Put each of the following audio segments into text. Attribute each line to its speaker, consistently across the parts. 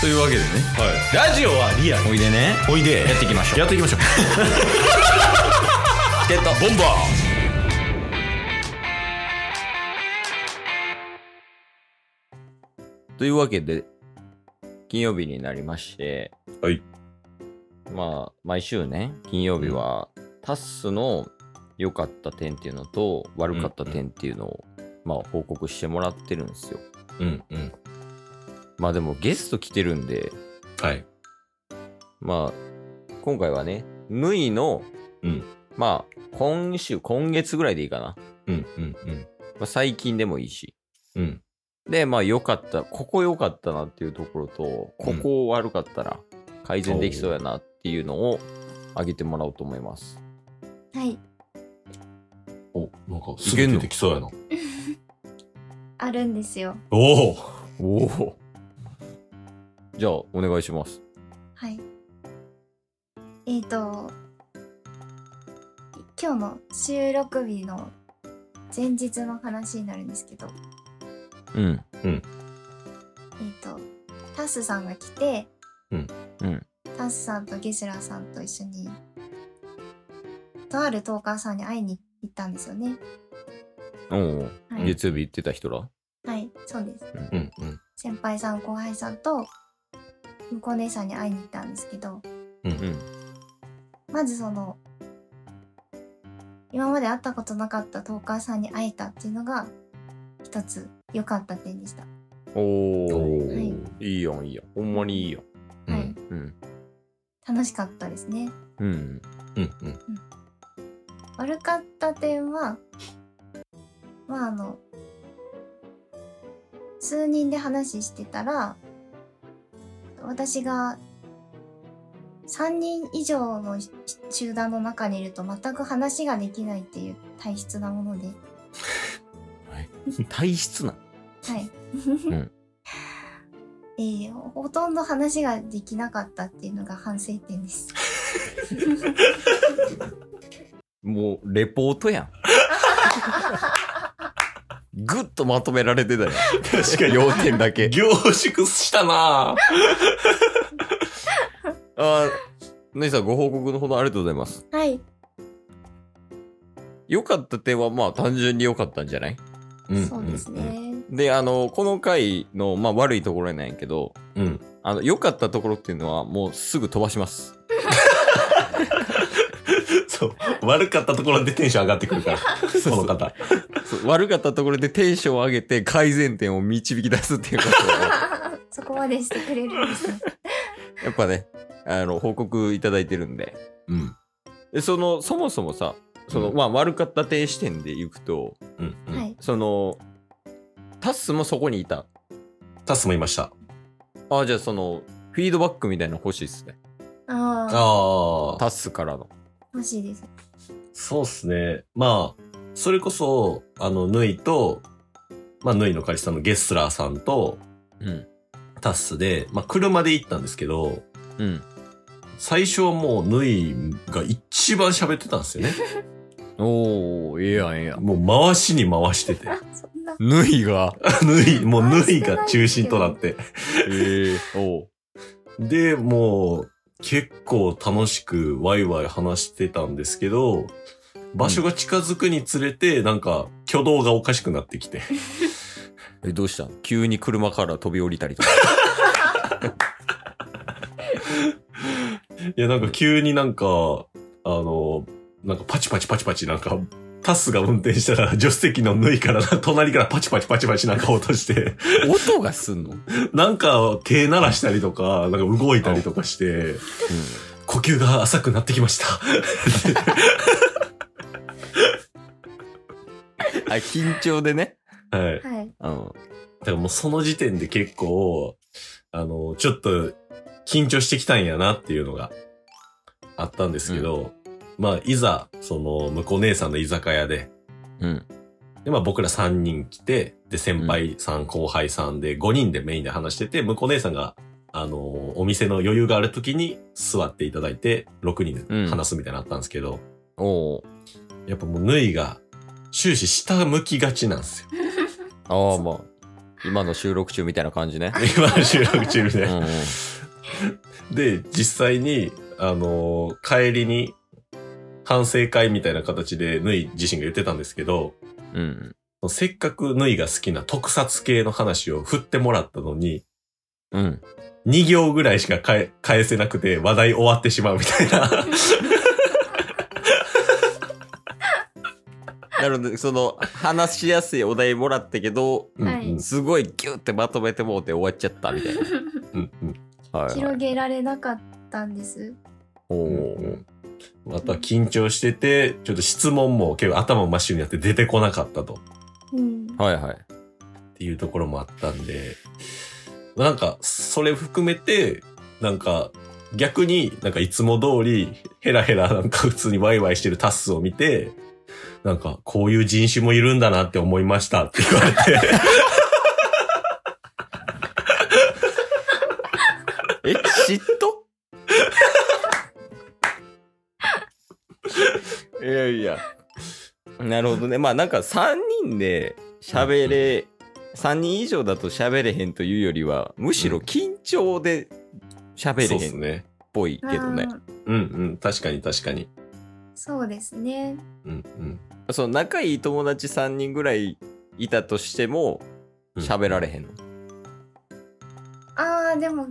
Speaker 1: というわけでね
Speaker 2: ラジオはリアル
Speaker 1: おいでね
Speaker 2: おいで
Speaker 1: やっていきましょう
Speaker 2: やっていきましょう
Speaker 1: チケットボンバーというわけで金曜日になりまして
Speaker 2: はい
Speaker 1: まあ毎週ね金曜日は、タッスの良かった点っていうのと悪かった点っていうのを、まあ報告してもらってるんですよ
Speaker 2: うんうん
Speaker 1: まあでもゲスト来てるんで
Speaker 2: はい
Speaker 1: まあ今回はねぬいの、
Speaker 2: うん
Speaker 1: まあ今週今月ぐらいでいいかな、
Speaker 2: うんうんうん
Speaker 1: まあ、最近でもいいし
Speaker 2: うん
Speaker 1: で、まあ良かった、ここ良かったなっていうところと、ここ悪かったら改善できそうやなっていうのを上げてもらおうと思います。
Speaker 3: はい。
Speaker 2: おなんか
Speaker 1: す
Speaker 2: す
Speaker 1: ぐ
Speaker 2: ぐ
Speaker 1: 出
Speaker 2: 出
Speaker 1: て
Speaker 2: てきそうやな
Speaker 3: あるんですよ。
Speaker 2: おお
Speaker 1: おお。じゃあ、お願いします。
Speaker 3: はい。えっ、と、今日の収録日の前日の話になるんですけど、
Speaker 1: うん。
Speaker 3: えっ、と、タスさんが来て、
Speaker 1: うん。
Speaker 3: タスさんとゲシラさんと一緒に、とあるトーカーさんに会いに行ったんですよね。
Speaker 1: おお。
Speaker 3: はい。
Speaker 1: 月曜日行ってた人ら
Speaker 3: はい、そうです。
Speaker 2: うんうん
Speaker 3: 先輩さん、後輩さんと、向こう姉さんに会いに行ったんですけど、
Speaker 1: うん。
Speaker 3: まずその今まで会ったことなかったトーカーさんに会えたっていうのが一つ良かった点でした。
Speaker 1: おお。
Speaker 2: お
Speaker 3: はい
Speaker 1: いいやん、いいやん。ほんまにいいやん。
Speaker 2: うんう
Speaker 3: はい
Speaker 2: ん
Speaker 1: うん。
Speaker 3: 楽しかったですね。
Speaker 1: うん。
Speaker 2: うん
Speaker 3: 悪かった点はまああの数人で話してたら私が3人以上のし集団の中にいると全く話ができないっていう体質なもので
Speaker 1: 体質な。
Speaker 3: はい。
Speaker 1: ん
Speaker 3: えーほとんど話ができなかったっていうのが反省点です。
Speaker 1: もう、レポートや ん。ぐっとまとめられてたよ。
Speaker 2: 確かに
Speaker 1: 要点だ け。
Speaker 2: 凝縮したなぁ
Speaker 1: あー、姉さん、ご報告のほどありがとうございます。
Speaker 3: はい。
Speaker 1: 良かった点は、まあ、単純に良かったんじゃない
Speaker 3: そうですね。
Speaker 1: で、あの、この回の、まあ、悪いところなんやけど、
Speaker 2: うん
Speaker 1: あの、良かったところっていうのは、もうすぐ飛ばします。
Speaker 2: そう悪かったところでテンション上がってくる からこの方
Speaker 1: そう悪かったところでテンションを上げて、改善点を導き出すっていうこと を、
Speaker 3: そこまでしてくれるんですね。
Speaker 1: やっぱね、あの、報告いただいてるんで。
Speaker 2: うん
Speaker 1: で、その、そもそもさ、その、
Speaker 2: うん
Speaker 1: まあ、悪かった点視点でいくと、
Speaker 2: うんう
Speaker 3: は
Speaker 2: ん
Speaker 3: い。
Speaker 1: その、タッスもそこにいた。
Speaker 2: タスもいました
Speaker 1: ああ、じゃあその、フィードバックみたいなの欲しいっすね。
Speaker 3: ああ、
Speaker 2: あ
Speaker 1: タッスからの。
Speaker 3: 欲しいです。
Speaker 2: そうっすね。まあ、それこそ、あの、ぬいと、まあ、ぬいの会社のゲスラーさんと、
Speaker 1: うん。
Speaker 2: タッスで、まあ、車で行ったんですけど、
Speaker 1: うん。
Speaker 2: 最初はもう、ぬいが一番喋ってたんですよね。
Speaker 1: おー、ええやん、ええやん。
Speaker 2: もう、回しに回して て。
Speaker 3: そんな。
Speaker 1: ぬいが。
Speaker 2: ぬい、もう、ぬいが中心となって。
Speaker 1: ええおう。
Speaker 2: で、もう、結構楽しくワイワイ話してたんですけど、場所が近づくにつれて、なんか、挙動がおかしくなってきて。
Speaker 1: え、どうしたん急に車から飛び降りたりとか。
Speaker 2: いや、なんか急になんか、あの、なんかパチパチパチパチなんか、タスが運転したら助手席の縫いからな隣からパチパチパチパチなんか落として、
Speaker 1: 音がすんの、うん、
Speaker 2: なんか手鳴らしたりとか、なんか動いたりとかして、呼吸が浅くなってきました。
Speaker 1: あ、緊張でね。
Speaker 2: はい。
Speaker 3: は
Speaker 1: う
Speaker 3: い。
Speaker 1: ん。
Speaker 2: だからもうその時点で結構、あの、ちょっと緊張してきたんやなっていうのがあったんですけど、まあ、いざ、その、向こう姉さんの居酒屋で、
Speaker 1: うん。
Speaker 2: で、まあ僕ら3人来て、で、先輩さん、後輩さんで5人でメインで話してて、向こう姉さんが、あのーお店の余裕がある時に座っていただいて、6人で話すみたいなのあったんですけど、
Speaker 1: おう。
Speaker 2: やっぱもう、ぬいが終始下向きがちなんですよ。
Speaker 1: ああ、まあ。今の収録中みたいな感じね。
Speaker 2: 今の収録中みたい
Speaker 1: うん
Speaker 2: な
Speaker 1: うん、
Speaker 2: で、実際に、あのー帰りに、反省会みたいな形で、ぬい自身が言ってたんですけど、
Speaker 1: うん
Speaker 2: せっかくぬいが好きな特撮系の話を振ってもらったのに、
Speaker 1: うん。
Speaker 2: 2行ぐらいしか返返せなくて話題終わってしまうみたいな。
Speaker 1: なので、その、話しやすいお題もらったけど、
Speaker 2: うん
Speaker 3: はい
Speaker 2: うん
Speaker 1: すごいギュってまとめてもうて終わっちゃったみたいな。
Speaker 2: うんうん
Speaker 1: はい、は
Speaker 3: 広
Speaker 1: い。
Speaker 3: げられなかったんです。
Speaker 1: お
Speaker 2: う
Speaker 1: お、
Speaker 2: んうんまた緊張してて、ちょっと質問も結構頭真っ白になって出てこなかったと。
Speaker 3: うん。
Speaker 1: はいはい。
Speaker 2: っていうところもあったんで、なんか、それ含めて、なんか、逆になんかいつも通り、ヘラヘラなんか普通にワイワイしてるタスを見て、なんか、こういう人種もいるんだなって思いましたって言わ れて、
Speaker 1: え、嫉妬いやいや。なるほどね。まあなんか3人で喋れ、3人以上だと喋れへんというよりは、むしろ緊張で喋
Speaker 2: そう
Speaker 1: れ
Speaker 2: で
Speaker 1: へ
Speaker 2: す
Speaker 1: んっ
Speaker 2: ね。
Speaker 1: ぽいけどね
Speaker 3: あ。ー。
Speaker 2: うんうん、確かに確かに。
Speaker 3: そうですね。
Speaker 2: うんうん。
Speaker 1: その仲いい友達3人ぐらいいたとしても、
Speaker 2: うん
Speaker 1: 喋られへんの。
Speaker 3: ああ、でも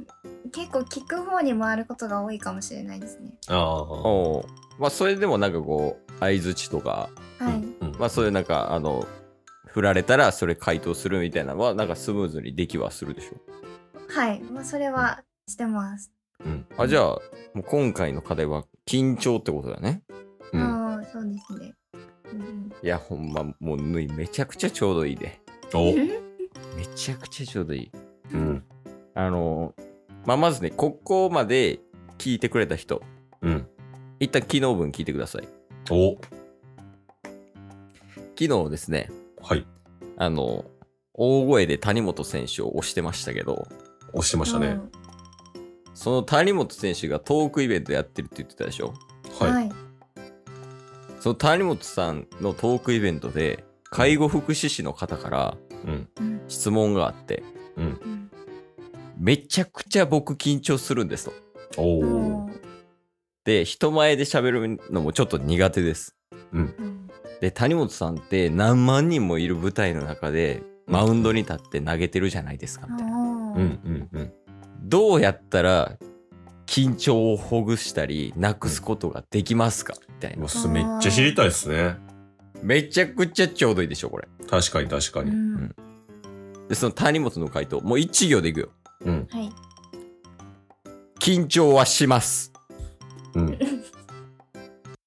Speaker 3: 結構聞く方に回ることが多いかもしれないですね。
Speaker 2: ああ。
Speaker 1: おおまあそれでもなんかこう、相づちとか、
Speaker 3: はい。
Speaker 2: うん
Speaker 1: まあそういうなんか、あの、振られたらそれ回答するみたいなのは、なんかスムーズにできはするでしょ。
Speaker 3: はい。まあ、それはしてます。
Speaker 2: うん
Speaker 1: あ、じゃあ、もう今回の課題は緊張ってことだね。
Speaker 2: うん
Speaker 3: ああ、そうですね。うん
Speaker 1: いや、ほんま、もう、ぬい、めちゃくちゃちょうどいいで。
Speaker 2: お
Speaker 3: う
Speaker 2: うん
Speaker 3: ん
Speaker 1: めちゃくちゃちょうどいい。
Speaker 2: うん
Speaker 1: あの、まあ、まずね、ここまで聞いてくれた人、
Speaker 2: うん
Speaker 1: 一旦昨日分聞いてください。
Speaker 2: お
Speaker 1: 昨日ですね、
Speaker 2: はい
Speaker 1: あの、大声で谷本選手を押してましたけど、
Speaker 2: 押してましたね。
Speaker 1: その谷本選手がトークイベントやってるって言ってたでしょ。
Speaker 3: うん
Speaker 2: は
Speaker 3: はいい。
Speaker 1: その谷本さんのトークイベントで、介護福祉士の方から
Speaker 2: うん
Speaker 3: うん
Speaker 1: 質問があって、
Speaker 3: うん
Speaker 1: めちゃくちゃ僕緊張するんですと。
Speaker 2: お
Speaker 3: うん
Speaker 2: ー
Speaker 1: で、人前で喋るのもちょっと苦手です。
Speaker 3: うん
Speaker 1: で、谷本さんって何万人もいる舞台の中で、マウンドに立って投げてるじゃないですか、みたいな。
Speaker 2: うんうん
Speaker 3: あ
Speaker 2: うん
Speaker 1: どうやったら、緊張をほぐしたり、なくすことができますかみたいうな
Speaker 2: わ。すめっちゃ知りたいですね。
Speaker 1: めちゃくちゃちょうどいいでしょ、これ。
Speaker 2: 確かに確か
Speaker 3: ーう
Speaker 2: に。
Speaker 3: ん
Speaker 1: で、その谷本の回答、もう一行でいくよ。
Speaker 2: うん
Speaker 3: はい。
Speaker 1: 緊張はします。
Speaker 2: うん。い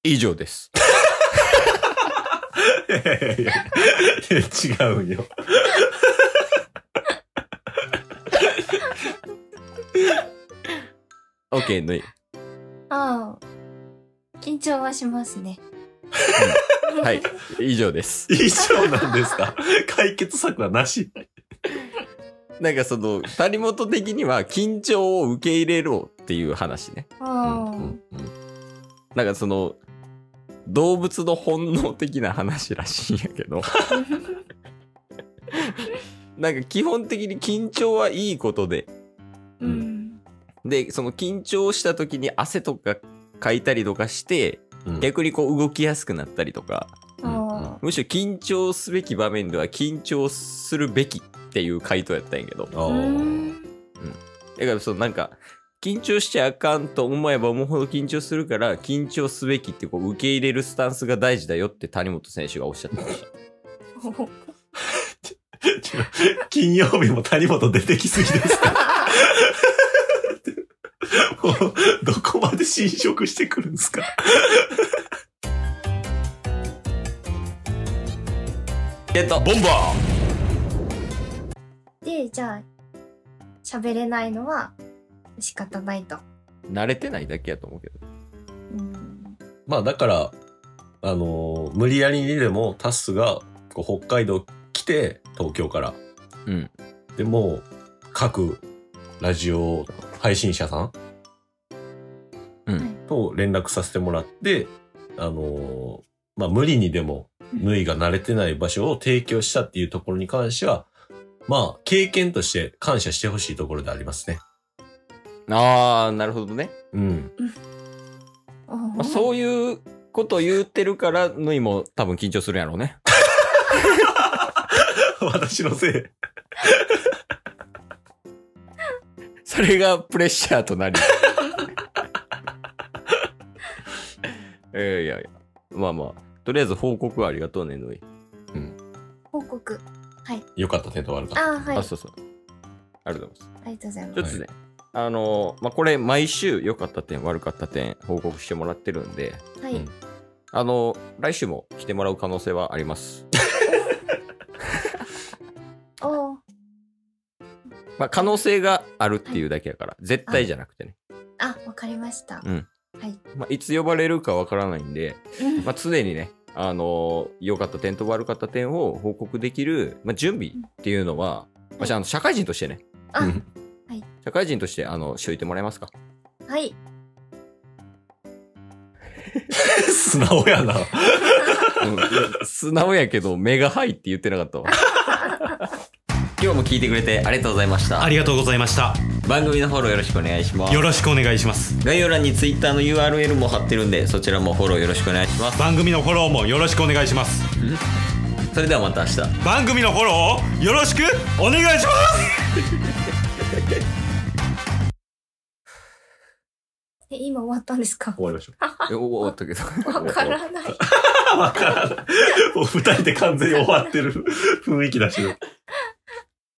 Speaker 1: 以上です。
Speaker 2: やいやいや違うよ。
Speaker 1: OK、ぬい。
Speaker 3: ああ。緊張はしますね。
Speaker 1: はい、以上です。
Speaker 2: 以上なんですか解決策はなし。
Speaker 1: なんかその、谷本的には緊張を受け入れろっていう話ね。
Speaker 3: あ
Speaker 1: なんかその、動物の本能的な話らしいんやけど、
Speaker 3: あ。
Speaker 1: なんか基本的に緊張はいいことで、
Speaker 2: う
Speaker 3: うんん。
Speaker 1: で、その緊張した時に汗とかかいたりとかして、
Speaker 2: うん
Speaker 1: 逆にこう動きやすくなったりとか、
Speaker 3: ああ。
Speaker 1: むしろ緊張すべき場面では緊張するべきっていう回答やったんやけど、
Speaker 2: あ
Speaker 3: う
Speaker 2: ー
Speaker 3: ん
Speaker 1: だからそのなんか緊張しちゃあかんと思えば思うほど緊張するから緊張すべきってこう受け入れるスタンスが大事だよって谷本選手がおっしゃってました
Speaker 2: ちょ金曜日も谷本出てきすぎですか もうどこまで侵食してくるんですか
Speaker 1: えっとボンバ
Speaker 3: で、じゃあ、喋れないのは仕方ないと。
Speaker 1: ー慣れてないだけやと思うけど
Speaker 3: うん。
Speaker 2: まあだから、あのー無理やりにでもタスがこう北海道来て、東京から。
Speaker 1: うん
Speaker 2: でもう、各ラジオ配信者さん
Speaker 1: うん、
Speaker 3: はい
Speaker 2: と連絡させてもらって、あのーまあ、無理にでも、
Speaker 3: うん
Speaker 2: 縫いが慣れてない場所を提供したっていうところに関しては、まあ、経験として感謝してほしいところでありますね。
Speaker 1: ああ、なるほどね。
Speaker 2: うん。
Speaker 3: おー
Speaker 1: まあ、そういうことを言ってるから、ぬいも多分緊張するやろうね。
Speaker 2: 私のせい。
Speaker 1: それがプレッシャーとなり。 いやいやいや。まあまあ。とりあえず報告ありがとうね、ぬい。
Speaker 3: 報告。
Speaker 2: よかった点と悪か
Speaker 3: あ
Speaker 2: っ
Speaker 3: あ、はい。
Speaker 1: あ、
Speaker 3: あ
Speaker 1: そうそう。ありがとうございます。
Speaker 3: りがとうございま
Speaker 1: ちょっとね、あのーまあ、これ、毎週良かった点、悪かった点、報告してもらってるんで、
Speaker 3: す。はい。
Speaker 2: うん
Speaker 1: あのー来週も来てもらう可能性はあります。
Speaker 3: おー
Speaker 1: まあ、可能性があるっていうだけやから、絶対じゃなくてね。
Speaker 3: あ、わかりました。
Speaker 1: まあ、いつ呼ばれるかわからないんで、
Speaker 3: うん
Speaker 1: まあ、常にね、あの良かった点と悪かった点を報告できる、まあ、準備っていうのは、まあ、あの社会人としてね、
Speaker 2: た。
Speaker 3: あ
Speaker 2: うん
Speaker 1: 社会人として、あの、しといてもらえますか
Speaker 3: はい。
Speaker 2: 素直やな。
Speaker 1: うん 素直やけど、目がハイって言ってなか ったわ。今日も聞いてくれてありがとうございました。
Speaker 4: ありがとうございました
Speaker 1: 番組のフォローよろしくお願いします
Speaker 4: よ。ろしくお願いします
Speaker 1: 概要欄に Twitter の URL も貼ってるんで、そちらもフォローよろしくお願いします。
Speaker 4: 番組のフォローもよろしくお願いします
Speaker 1: それではまた明日。
Speaker 4: 番組のフォローをよろしくお願いします
Speaker 3: え、今終わったんですか
Speaker 2: 終わりましょ
Speaker 1: えおおおったけど。
Speaker 3: わからない。
Speaker 2: う。わからない。もう二人で完全に終わってる雰囲気出してる。